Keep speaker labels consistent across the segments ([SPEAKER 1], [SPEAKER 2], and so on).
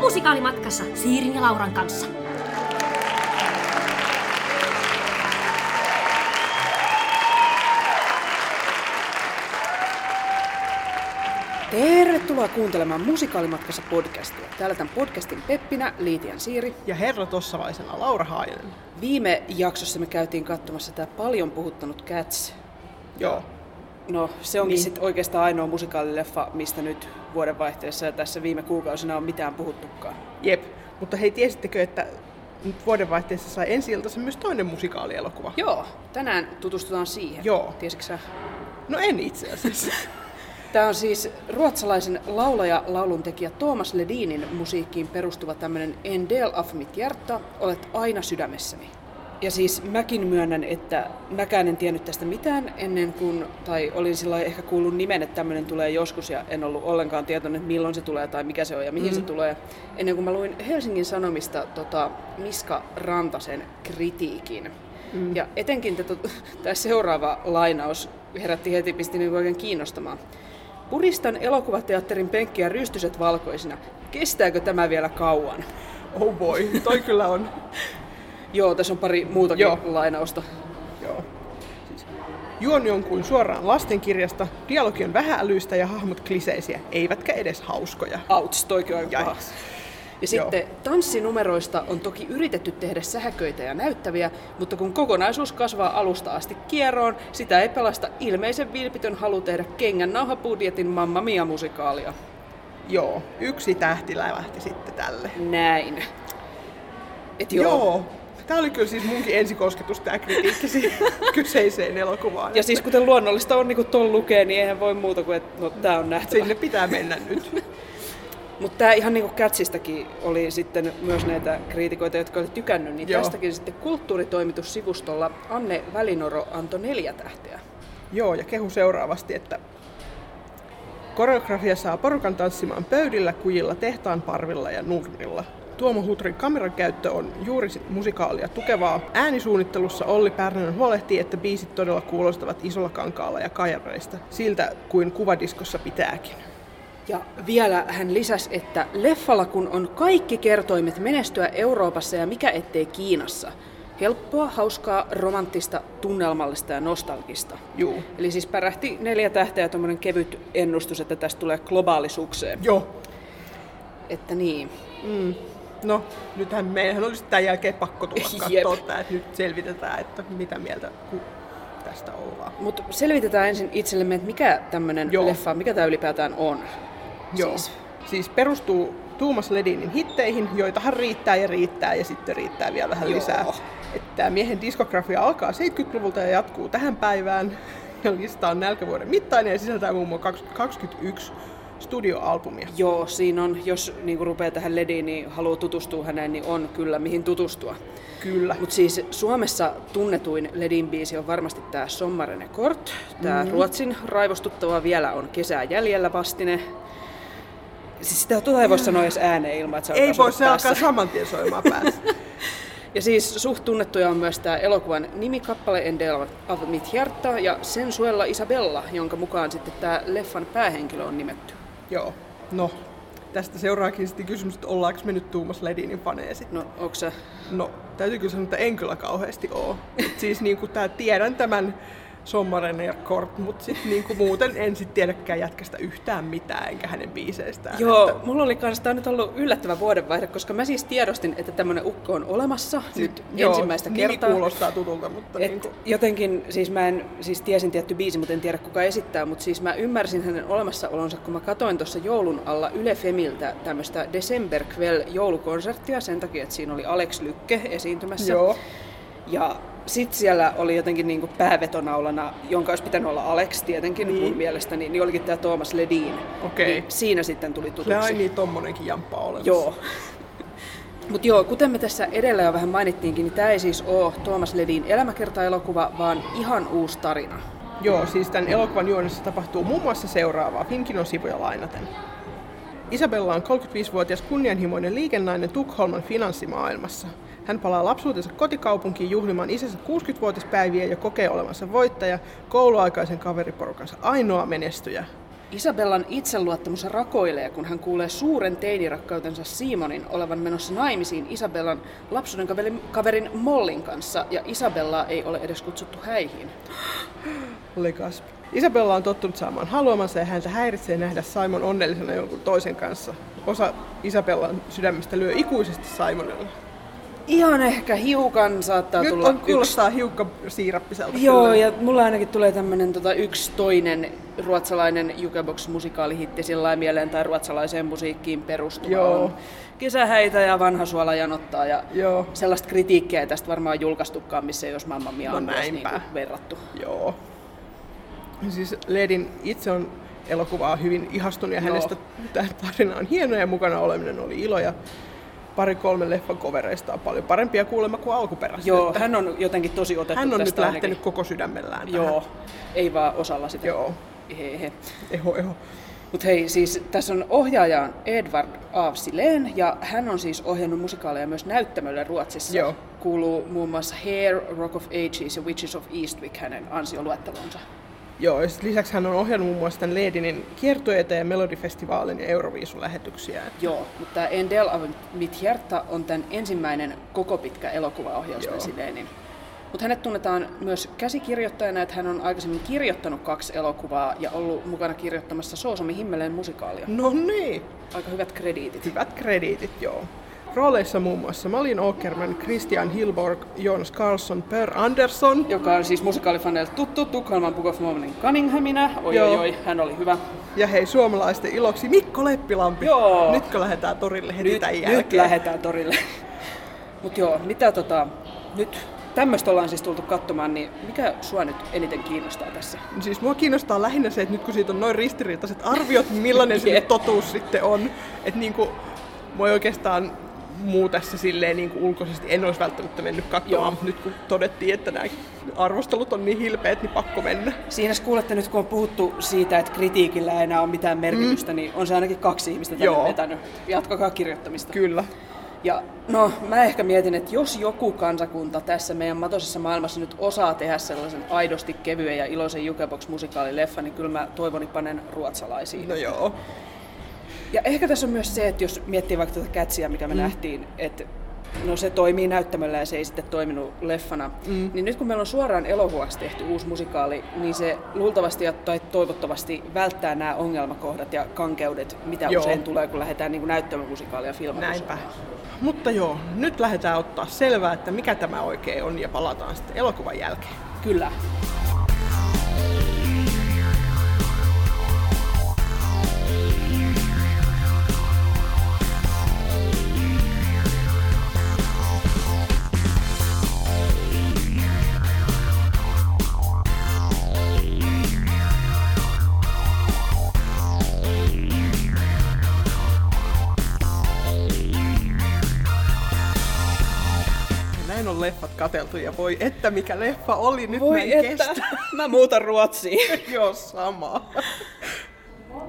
[SPEAKER 1] musikaalimatkassa Siirin ja Lauran kanssa.
[SPEAKER 2] Tervetuloa kuuntelemaan Musikaalimatkassa podcastia. Täällä tämän podcastin Peppinä, Liitian Siiri.
[SPEAKER 3] Ja herra tossavaisena Laura Haajanen.
[SPEAKER 2] Viime jaksossa me käytiin katsomassa tämä paljon puhuttanut Cats.
[SPEAKER 3] Joo.
[SPEAKER 2] No, se onkin
[SPEAKER 3] Niin.
[SPEAKER 2] niin. sitten oikeastaan ainoa musikaalileffa, mistä nyt vuodenvaihteessa ja tässä viime kuukausina on mitään puhuttukaan.
[SPEAKER 3] Jep. Mutta hei, tiesittekö, että nyt vuodenvaihteessa sai ensi iltansa myös toinen musikaalielokuva?
[SPEAKER 2] Joo, tänään tutustutaan siihen.
[SPEAKER 3] Joo.
[SPEAKER 2] Tiesitkö sä?
[SPEAKER 3] No en itse asiassa.
[SPEAKER 2] Tämä on siis ruotsalaisen laulaja, lauluntekijä Thomas Ledinin musiikkiin perustuva tämmöinen En del av mitt hjärta, olet aina sydämessäni. Ja siis mäkin myönnän, että mäkään en tiennyt tästä mitään ennen kuin, tai olin sillä ehkä kuullut nimen, että tämmöinen tulee joskus ja en ollut ollenkaan tietoinen, että milloin se tulee tai mikä se on ja mihin mm. se tulee. Ennen kuin mä luin Helsingin Sanomista tota, Miska Rantasen kritiikin. Mm. Ja etenkin tämä seuraava lainaus herätti heti, pisti niinku oikein kiinnostamaan. Puristan elokuvateatterin penkkiä rystyset valkoisina. Kestääkö tämä vielä kauan?
[SPEAKER 3] oh boy, toi kyllä on.
[SPEAKER 2] Joo, tässä on pari muutakin
[SPEAKER 3] Joo.
[SPEAKER 2] Joo. lainausta.
[SPEAKER 3] Joo. Siis, juoni on kuin suoraan lastenkirjasta, dialogi on vähälyistä ja hahmot kliseisiä, eivätkä edes hauskoja.
[SPEAKER 2] Outs, toikin on aika
[SPEAKER 3] Jai.
[SPEAKER 2] paha. Ja sitten tanssinumeroista on toki yritetty tehdä sähköitä ja näyttäviä, mutta kun kokonaisuus kasvaa alusta asti kieroon, sitä ei pelasta ilmeisen vilpitön halu tehdä kengän nauhabudjetin Mamma Mia-musikaalia.
[SPEAKER 3] Joo, yksi tähti lävähti sitten tälle.
[SPEAKER 2] Näin. Et
[SPEAKER 3] Joo.
[SPEAKER 2] joo.
[SPEAKER 3] Joo. Tämä oli kyllä siis munkin ensikosketus, tämä kritiikki siihen kyseiseen elokuvaan.
[SPEAKER 2] Ja siis kuten luonnollista on, niin kun ton lukee, niin eihän voi muuta kuin, että no, tää on nähtävä.
[SPEAKER 3] Sinne pitää mennä nyt.
[SPEAKER 2] Mutta tää ihan niin kuin Catsistakin oli sitten myös näitä kriitikoita, jotka oli tykännyt, niin
[SPEAKER 3] Joo.
[SPEAKER 2] Joo. tästäkin sitten kulttuuritoimitussivustolla Anne Välinoro antoi neljä tähteä.
[SPEAKER 3] Joo, ja kehu seuraavasti, että koreografia saa porukan tanssimaan pöydillä, kujilla, tehtaan parvilla ja nurmilla. Tuomo Hutrin kameran käyttö on juuri si- musikaalia tukevaa. Äänisuunnittelussa Olli Pärnänen huolehtii, että biisit todella kuulostavat isolla kankaalla ja kajareista, siltä kuin kuvadiskossa pitääkin.
[SPEAKER 2] Ja vielä hän lisäsi, että leffalla kun on kaikki kertoimet menestyä Euroopassa ja mikä ettei Kiinassa. Helppoa, hauskaa, romanttista, tunnelmallista ja nostalgista.
[SPEAKER 3] Juu.
[SPEAKER 2] Eli siis pärähti neljä tähteä tuommoinen kevyt ennustus, että tästä tulee globaalisuukseen.
[SPEAKER 3] Joo.
[SPEAKER 2] Että niin.
[SPEAKER 3] No, nythän meidän olisi tämän jälkeen pakko tulla
[SPEAKER 2] Jep.
[SPEAKER 3] katsoa tää, että nyt selvitetään, että mitä mieltä ku- tästä ollaan.
[SPEAKER 2] Mutta selvitetään ensin itsellemme, että mikä tämmöinen
[SPEAKER 3] Joo.
[SPEAKER 2] leffa, mikä tämä ylipäätään on.
[SPEAKER 3] Joo. Siis.
[SPEAKER 2] Siis.
[SPEAKER 3] siis perustuu Tuumas Ledinin hitteihin, joitahan riittää ja riittää ja sitten riittää vielä vähän
[SPEAKER 2] Joo.
[SPEAKER 3] Joo. lisää. Että miehen diskografia alkaa 70-luvulta ja jatkuu tähän päivään. Ja lista on nälkävuoden mittainen ja sisältää muun muassa 20 21 studioalbumia.
[SPEAKER 2] Joo, siinä on, jos niinku rupeaa tähän lediin, niin haluaa tutustua häneen, niin on kyllä mihin tutustua.
[SPEAKER 3] Kyllä.
[SPEAKER 2] Mutta siis Suomessa tunnetuin ledin biisi on varmasti tämä Sommarene Kort. Tämä mm-hmm. Ruotsin raivostuttava vielä on kesää jäljellä vastine. Siis sitä tota ei voi sanoa edes ääneen ilman, että se
[SPEAKER 3] Ei
[SPEAKER 2] alkaa
[SPEAKER 3] voi, se
[SPEAKER 2] soittaa
[SPEAKER 3] alkaa saman tien soimaan päässä.
[SPEAKER 2] Ja siis suht tunnettuja on myös tämä elokuvan nimikappale En del av mitt hjärta ja Sensuella Isabella, jonka mukaan sitten tämä leffan päähenkilö on nimetty.
[SPEAKER 3] Joo. No, tästä seuraakin sitten kysymys, että ollaanko me nyt Tuumas Ledinin faneja sitten.
[SPEAKER 2] No, onko sä?
[SPEAKER 3] No, täytyy kyllä sanoa, että en kyllä kauheasti oo. Et Siis niin kuin tää, tiedän tämän Sommaren ja Kort, mutta sit niin kuin muuten en sit tiedäkään jätkästä yhtään mitään, enkä hänen biiseistään.
[SPEAKER 2] Joo,
[SPEAKER 3] Äh, Että,
[SPEAKER 2] mulla oli kanssa, tää on nyt ollut yllättävä vuodenvaihde, koska mä siis tiedostin, että tämmönen ukko on olemassa
[SPEAKER 3] sit-
[SPEAKER 2] nyt
[SPEAKER 3] Siis joo,
[SPEAKER 2] ensimmäistä
[SPEAKER 3] nimi
[SPEAKER 2] kertaa.
[SPEAKER 3] kuulostaa tutulta, mutta
[SPEAKER 2] Et
[SPEAKER 3] niin kuin,
[SPEAKER 2] jotenkin, siis mä en, siis tiesin tietty biisi, mutta en tiedä kuka esittää, mutta siis mä ymmärsin hänen olemassaolonsa, kun mä katoin tuossa joulun alla Yle Femiltä tämmöistä December Quell joulukonserttia sen takia, että siinä oli Alex Lykke esiintymässä.
[SPEAKER 3] joo,
[SPEAKER 2] Ja sit siellä oli jotenkin niinku päävetonaulana, jonka olisi pitänyt olla Alex tietenkin
[SPEAKER 3] Niin.
[SPEAKER 2] niin. mun mielestäni, niin olikin tämä Thomas Ledin.
[SPEAKER 3] Okei.
[SPEAKER 2] Niin siinä sitten tuli tutuksi.
[SPEAKER 3] se on niin tommonenkin jamppa olemassa.
[SPEAKER 2] Joo. Mutta joo, kuten me tässä edellä jo vähän mainittiinkin, niin tämä ei siis ole Tuomas Ledin elämäkertaelokuva, vaan ihan uusi tarina.
[SPEAKER 3] Joo, siis tämän elokuvan juonessa tapahtuu muun muassa seuraavaa, Finkinon sivuja lainaten. Isabella on 35-vuotias kunnianhimoinen liikennainen Tukholman finanssimaailmassa. Hän palaa lapsuutensa kotikaupunkiin juhlimaan isänsä 60-vuotispäiviä ja kokee olevansa voittaja, kouluaikaisen kaveriporukansa ainoa menestyjä.
[SPEAKER 2] Isabellan itseluottamus rakoilee, kun hän kuulee suuren teinirakkautensa Simonin olevan menossa naimisiin Isabellan lapsuuden kaverin, kaverin Mollin kanssa, ja Isabellaa ei ole edes kutsuttu häihin.
[SPEAKER 3] Legasp. Isabella on tottunut saamaan haluamansa ja häntä häiritsee nähdä Simon onnellisena jonkun toisen kanssa. Osa Isabellan sydämestä lyö ikuisesti Simonilla.
[SPEAKER 2] Ihan ehkä hiukan saattaa
[SPEAKER 3] Nyt
[SPEAKER 2] tulla
[SPEAKER 3] on, kuulostaa hiukan siirappiselta.
[SPEAKER 2] Joo,
[SPEAKER 3] kyllä.
[SPEAKER 2] ja mulla ainakin tulee tämmönen tota, yksi toinen ruotsalainen jukebox-musikaalihitti sillä mieleen tai ruotsalaiseen musiikkiin perustuva.
[SPEAKER 3] Joo.
[SPEAKER 2] On Kesähäitä ja vanha suola janottaa ja
[SPEAKER 3] Joo.
[SPEAKER 2] sellaista kritiikkiä ei tästä varmaan julkaistukaan, missä ei olisi Mamma Mia
[SPEAKER 3] No
[SPEAKER 2] on myös niin
[SPEAKER 3] näinpä.
[SPEAKER 2] kuin verrattu.
[SPEAKER 3] Joo. Siis Ledin itse on elokuvaa hyvin ihastunut ja
[SPEAKER 2] Joo.
[SPEAKER 3] hänestä tämä tarina on hieno ja mukana oleminen oli ilo ja pari kolme leffan kovereista on paljon parempia kuulemma kuin alkuperäiset.
[SPEAKER 2] Joo,
[SPEAKER 3] Että
[SPEAKER 2] hän on jotenkin tosi otettu
[SPEAKER 3] hän on nyt
[SPEAKER 2] tästä
[SPEAKER 3] lähtenyt
[SPEAKER 2] ainakin.
[SPEAKER 3] koko sydämellään tähän.
[SPEAKER 2] Joo, ei vaan osalla sitä.
[SPEAKER 3] Joo.
[SPEAKER 2] He, he.
[SPEAKER 3] Eho, eho.
[SPEAKER 2] Mutta hei, siis tässä on ohjaaja on Edward A. Silen, ja hän on siis ohjannut musikaaleja myös näyttämölle Ruotsissa.
[SPEAKER 3] Joo.
[SPEAKER 2] Kuuluu muun muassa Hair, Rock of Ages ja Witches of Eastwick hänen ansioluettelonsa.
[SPEAKER 3] Joo, ja sit lisäksi hän on ohjannut muun muassa tämän Ledinin kiertueita ja melodifestivaalin ja Euroviisun lähetyksiä.
[SPEAKER 2] Joo, mutta tämä En del av mitt hjärta on tämän ensimmäinen koko pitkä elokuvaohjaus
[SPEAKER 3] Joo.
[SPEAKER 2] Silenin. Mutta hänet tunnetaan myös käsikirjoittajana, että hän on aikaisemmin kirjoittanut kaksi elokuvaa ja ollut mukana kirjoittamassa Soosomi Himmeleen musikaalia.
[SPEAKER 3] No niin,
[SPEAKER 2] Aika hyvät krediitit.
[SPEAKER 3] hyvät krediitit, joo. Rooleissa muun muassa Malin Åkerman, Christian Hilborg, Jonas Karlsson, Per Andersson,
[SPEAKER 2] joka on siis musikaalifaneille tuttu Tukholman Book of Mormonin Cunninghamina. Oi,
[SPEAKER 3] Joo.
[SPEAKER 2] oi, oi, hän oli hyvä.
[SPEAKER 3] Ja hei suomalaisten iloksi Mikko Leppilampi.
[SPEAKER 2] Joo.
[SPEAKER 3] Nytkö lähdetään torille heti
[SPEAKER 2] Nyt,
[SPEAKER 3] tämän jälkeen?
[SPEAKER 2] nyt lähdetään torille. Mut joo, mitä tota, nyt tämmöistä ollaan siis tultu katsomaan, niin mikä sua nyt eniten kiinnostaa tässä?
[SPEAKER 3] Siis mua kiinnostaa lähinnä se, että nyt kun siitä on noin ristiriitaiset arviot, niin millainen se
[SPEAKER 2] Jep.
[SPEAKER 3] nyt totuus sitten on. Että niinku, mua ei oikeastaan muuta se silleen niinku ulkoisesti en olisi välttämättä mennyt
[SPEAKER 2] Joo.
[SPEAKER 3] katsomaan, mutta nyt kun todettiin, että nämä arvostelut on niin hilpeät, niin pakko mennä.
[SPEAKER 2] Siinä kuulette nyt, kun on puhuttu siitä, että kritiikillä ei enää ole mitään merkitystä, mm. niin on se ainakin kaksi ihmistä tänne
[SPEAKER 3] Joo.
[SPEAKER 2] vetänyt. Jatkakaa kirjoittamista.
[SPEAKER 3] Kyllä.
[SPEAKER 2] Ja no, mä ehkä mietin, että jos joku kansakunta tässä meidän matosessa maailmassa nyt osaa tehdä sellaisen aidosti kevyen ja iloisen jukebox-musikaalileffa, niin kyllä mä toivoni panen ruotsalaisiin.
[SPEAKER 3] No joo.
[SPEAKER 2] Ja ehkä tässä on myös se, että jos miettii vaikka tätä kätsiä, mikä me mm. nähtiin, että no se toimii näyttämöllä ja se ei sitten toiminut leffana, mm. niin nyt kun meillä on suoraan elokuvaksi tehty uusi musikaali, niin se luultavasti ja- tai toivottavasti välttää nämä ongelmakohdat ja kankeudet, mitä
[SPEAKER 3] Joo.
[SPEAKER 2] Joo. usein tulee, kun lähdetään niin näyttämömusikaalia filmaamaan.
[SPEAKER 3] Näinpä. Mutta joo, nyt lähdetään ottaa selvää, että mikä tämä oikein on ja palataan sitten elokuvan jälkeen.
[SPEAKER 2] Kyllä.
[SPEAKER 3] Ja Näin on leffat kateltu ja voi että mikä leffa oli, nyt mä en kestä.
[SPEAKER 2] mä muutan Ruotsiin.
[SPEAKER 3] Joo, sama.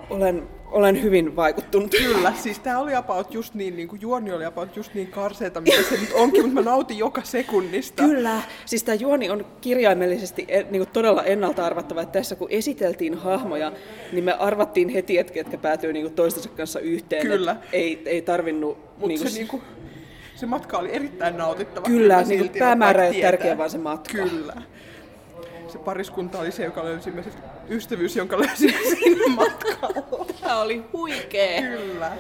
[SPEAKER 2] Olen, olen hyvin vaikuttunut.
[SPEAKER 3] Kyllä, siis tää oli about just niin, niin kuin juoni oli about just niin karseeta, mitä se nyt onkin, mutta mä nautin joka sekunnista.
[SPEAKER 2] Kyllä, siis tämä juoni on kirjaimellisesti niin todella ennalta arvattava, että tässä kun esiteltiin hahmoja, niin me arvattiin heti, että ketkä päätyy niin toistensa kanssa yhteen.
[SPEAKER 3] Kyllä.
[SPEAKER 2] Et Ei, ei tarvinnut...
[SPEAKER 3] Mutta
[SPEAKER 2] niinku
[SPEAKER 3] se, niin kuin, se matka oli erittäin nautittava.
[SPEAKER 2] Kyllä,
[SPEAKER 3] silti,
[SPEAKER 2] niin
[SPEAKER 3] että
[SPEAKER 2] kuin päämäärä ei ole
[SPEAKER 3] vaikka tietää.
[SPEAKER 2] tärkeä, vaan se matka.
[SPEAKER 3] Kyllä. Se pariskunta oli se, joka löysimme, se ystävyys, jonka löysimme siinä matkalla.
[SPEAKER 2] Tämä oli huikea.
[SPEAKER 3] Kyllä.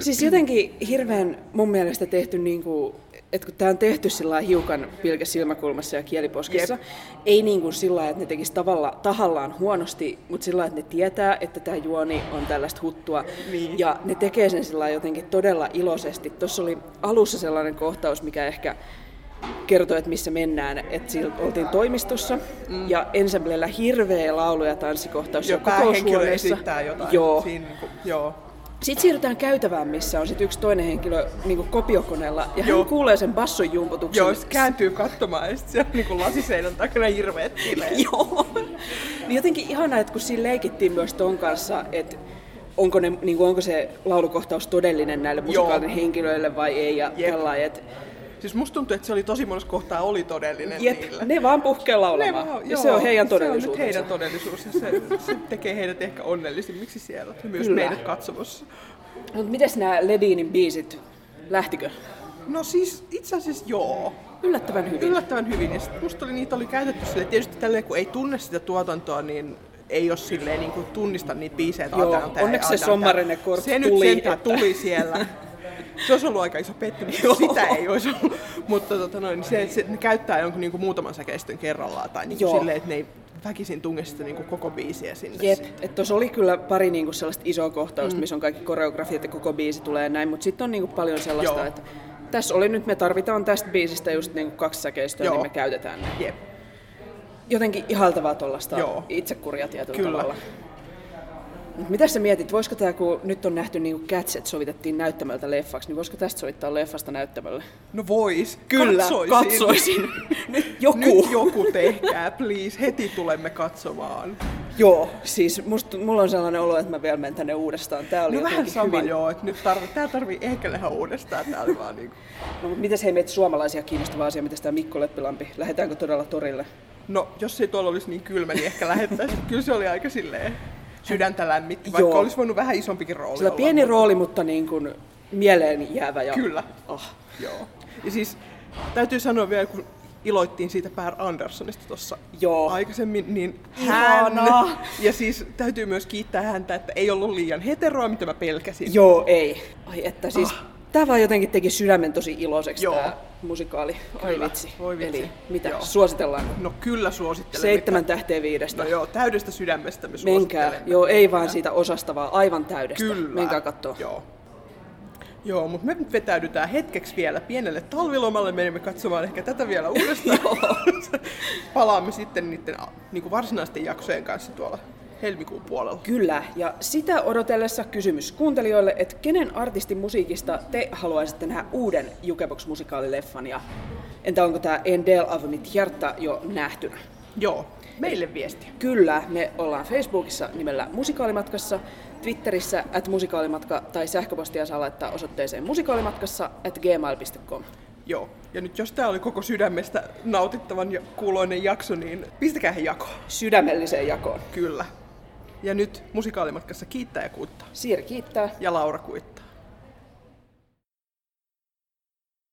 [SPEAKER 2] Siis jotenkin hirveän mun mielestä tehty, niin kuin, että kun tämä on tehty sillä lailla hiukan pilkäs silmäkulmassa ja kieliposkessa,
[SPEAKER 3] Jep.
[SPEAKER 2] Jep. ei niin kuin sillä lailla, että ne tekisi tavalla, tahallaan huonosti, mutta sillä lailla, että ne tietää, että tämä juoni on tällaista huttua.
[SPEAKER 3] Niin.
[SPEAKER 2] Ja ne tekee sen sillä lailla jotenkin todella iloisesti. Tuossa oli alussa sellainen kohtaus, mikä ehkä kertoi, että missä mennään. Että siellä oltiin toimistossa mm. ja ensemblellä hirveä laulu- ja tanssikohtaus.
[SPEAKER 3] Ja
[SPEAKER 2] ja koko
[SPEAKER 3] päähenkilö
[SPEAKER 2] suorissa.
[SPEAKER 3] esittää jotain.
[SPEAKER 2] Joo.
[SPEAKER 3] Siinä, niin kuin, joo.
[SPEAKER 2] Sitten siirrytään käytävään, missä on sit yksi toinen henkilö niin kopiokoneella, ja
[SPEAKER 3] Joo.
[SPEAKER 2] hän kuulee sen basson jumputuksen.
[SPEAKER 3] Joo, se kääntyy katsomaan ja sitten siellä on niinku lasiseinän takana hirveet bileet.
[SPEAKER 2] Joo. Niin jotenkin ihanaa, että kun siinä leikittiin myös ton kanssa, että onko, ne, niin kuin, onko se laulukohtaus todellinen näille musikaalin henkilöille vai ei, ja
[SPEAKER 3] Jep.
[SPEAKER 2] tällainen. Et
[SPEAKER 3] Siis musta tuntuu, että se oli tosi monessa kohtaa oli todellinen
[SPEAKER 2] Jep,
[SPEAKER 3] niillä.
[SPEAKER 2] ne vaan puhkeaa
[SPEAKER 3] Ne
[SPEAKER 2] laulamaan.
[SPEAKER 3] vaan-
[SPEAKER 2] ja se on heidän
[SPEAKER 3] Se on nyt
[SPEAKER 2] todellisuutensa.
[SPEAKER 3] heidän todellisuus ja se, se tekee heidät ehkä onnellisimmiksi siellä ja myös
[SPEAKER 2] Kyllä.
[SPEAKER 3] meidät katsomossa.
[SPEAKER 2] Mutta mites nämä Ledinin biisit? Lähtikö?
[SPEAKER 3] No siis itse asiassa joo.
[SPEAKER 2] Yllättävän hyvin.
[SPEAKER 3] Yllättävän hyvin. Ja sit musta oli, niitä oli käytetty sille. Tietysti tälleen, kun ei tunne sitä tuotantoa, niin ei ole silleen niin kuin tunnista niitä biisejä. että
[SPEAKER 2] Joo,
[SPEAKER 3] Adrian tää ja
[SPEAKER 2] onneksi se
[SPEAKER 3] Adrian tää.
[SPEAKER 2] Sommarinen Korps
[SPEAKER 3] Se nyt
[SPEAKER 2] tuli,
[SPEAKER 3] sentään
[SPEAKER 2] että-
[SPEAKER 3] tuli siellä. Se olisi ollut aika iso pettymys,
[SPEAKER 2] Joo.
[SPEAKER 3] jos sitä ei olisi ollut. Mutta tota noin, se, se, ne käyttää jonkun niin kuin muutaman säkeistön kerrallaan tai niin
[SPEAKER 2] Joo.
[SPEAKER 3] kuin silleen, että ne ei väkisin tunge sitä niin kuin koko biisiä sinne.
[SPEAKER 2] Jep, että tuossa oli kyllä pari niinku sellaista isoa kohtausta, mm. missä on kaikki koreografiat ja koko biisi tulee ja näin, mutta sitten on niinku paljon sellaista,
[SPEAKER 3] Joo.
[SPEAKER 2] että tässä oli nyt, me tarvitaan tästä biisistä just niinku kaksi säkeistöä,
[SPEAKER 3] Joo.
[SPEAKER 2] niin me käytetään ne.
[SPEAKER 3] Jep.
[SPEAKER 2] Jotenkin ihaltavaa tuollaista
[SPEAKER 3] Joo.
[SPEAKER 2] itsekuria tietyllä
[SPEAKER 3] Kyllä.
[SPEAKER 2] tavalla. Mut mitä sä mietit, voisiko tämä, kun nyt on nähty niinku Cats, että sovitettiin näyttämöltä leffaksi, niin voisiko tästä sovittaa leffasta näyttämölle?
[SPEAKER 3] No vois.
[SPEAKER 2] katsoisin.
[SPEAKER 3] katsoisin.
[SPEAKER 2] nyt joku.
[SPEAKER 3] Nyt joku tehkää, please. Heti tulemme katsomaan.
[SPEAKER 2] Joo, siis must, mulla on sellainen olo, että mä vielä menen tänne uudestaan. Tää oli
[SPEAKER 3] No vähän
[SPEAKER 2] jotenkin
[SPEAKER 3] sama
[SPEAKER 2] hyvin...
[SPEAKER 3] hyvin. joo, että nyt tarvi, tää tarvii ehkä nähdä uudestaan, tää oli vaan niinku.
[SPEAKER 2] No, mutta mitäs hei meitä suomalaisia kiinnostava asia, mitäs tämä Mikko Leppilampi, lähdetäänkö todella torille?
[SPEAKER 3] No, jos ei tuolla olisi niin kylmä, niin ehkä lähettäisiin. Kyllä se oli aika silleen sydäntä lämmitti, vaikka
[SPEAKER 2] Joo.
[SPEAKER 3] joo. olisi voinut vähän isompikin rooli
[SPEAKER 2] Sillä
[SPEAKER 3] olla,
[SPEAKER 2] pieni
[SPEAKER 3] mutta-
[SPEAKER 2] rooli, mutta niin kuin mieleen jäävä. Ja...
[SPEAKER 3] Kyllä,
[SPEAKER 2] Ah,
[SPEAKER 3] joo. Ja siis täytyy sanoa vielä, kun iloittiin siitä Per Anderssonista tuossa
[SPEAKER 2] Joo.
[SPEAKER 3] aikaisemmin, niin hän,
[SPEAKER 2] Ihanaa.
[SPEAKER 3] ja siis täytyy myös kiittää häntä, että ei ollut liian heteroa, mitä mä pelkäsin.
[SPEAKER 2] joo, ei. Ai että siis, ah.
[SPEAKER 3] Ah.
[SPEAKER 2] tämä vaan jotenkin teki sydämen tosi iloiseksi
[SPEAKER 3] Joo.
[SPEAKER 2] tämä musikaali. Ai
[SPEAKER 3] Kyllä,
[SPEAKER 2] vitsi.
[SPEAKER 3] voi vitsi.
[SPEAKER 2] Eli mitä,
[SPEAKER 3] Joo.
[SPEAKER 2] suositellaan?
[SPEAKER 3] No kyllä suosittelen.
[SPEAKER 2] Seitsemän
[SPEAKER 3] mitä-
[SPEAKER 2] tähteä viidestä.
[SPEAKER 3] No joo, täydestä sydämestä me
[SPEAKER 2] Menkää.
[SPEAKER 3] suosittelemme.
[SPEAKER 2] Joo, ei vaan siitä osasta, vaan aivan täydestä.
[SPEAKER 3] Kyllä.
[SPEAKER 2] Menkää katsoa.
[SPEAKER 3] Joo. Joo, mutta me nyt vetäydytään hetkeksi vielä pienelle talvilomalle. Menemme katsomaan ehkä tätä vielä uudestaan. Palaamme sitten niiden niin varsinaisten jaksojen kanssa tuolla helmikuun puolella.
[SPEAKER 2] Kyllä, ja sitä odotellessa kysymys kuuntelijoille, että kenen artistin musiikista te haluaisitte nähdä uuden Jukebox-musikaalileffan, ja entä onko tämä En del av mitt hjärta jo nähtynä?
[SPEAKER 3] Joo, meille viestiä.
[SPEAKER 2] Kyllä, me ollaan Facebookissa nimellä Musikaalimatkassa, Twitterissä at musikaalimatka tai sähköpostia saa laittaa osoitteeseen musikaalimatkassa at gmail.com.
[SPEAKER 3] Joo. Ja nyt jos tämä oli koko sydämestä nautittavan ja kuuloinen jakso, niin pistäkää he jakoon.
[SPEAKER 2] Sydämelliseen jakoon.
[SPEAKER 3] Kyllä. Ja nyt musikaalimatkassa kiittää ja kuittaa.
[SPEAKER 2] Siiri kiittää.
[SPEAKER 3] Ja Laura kuittaa.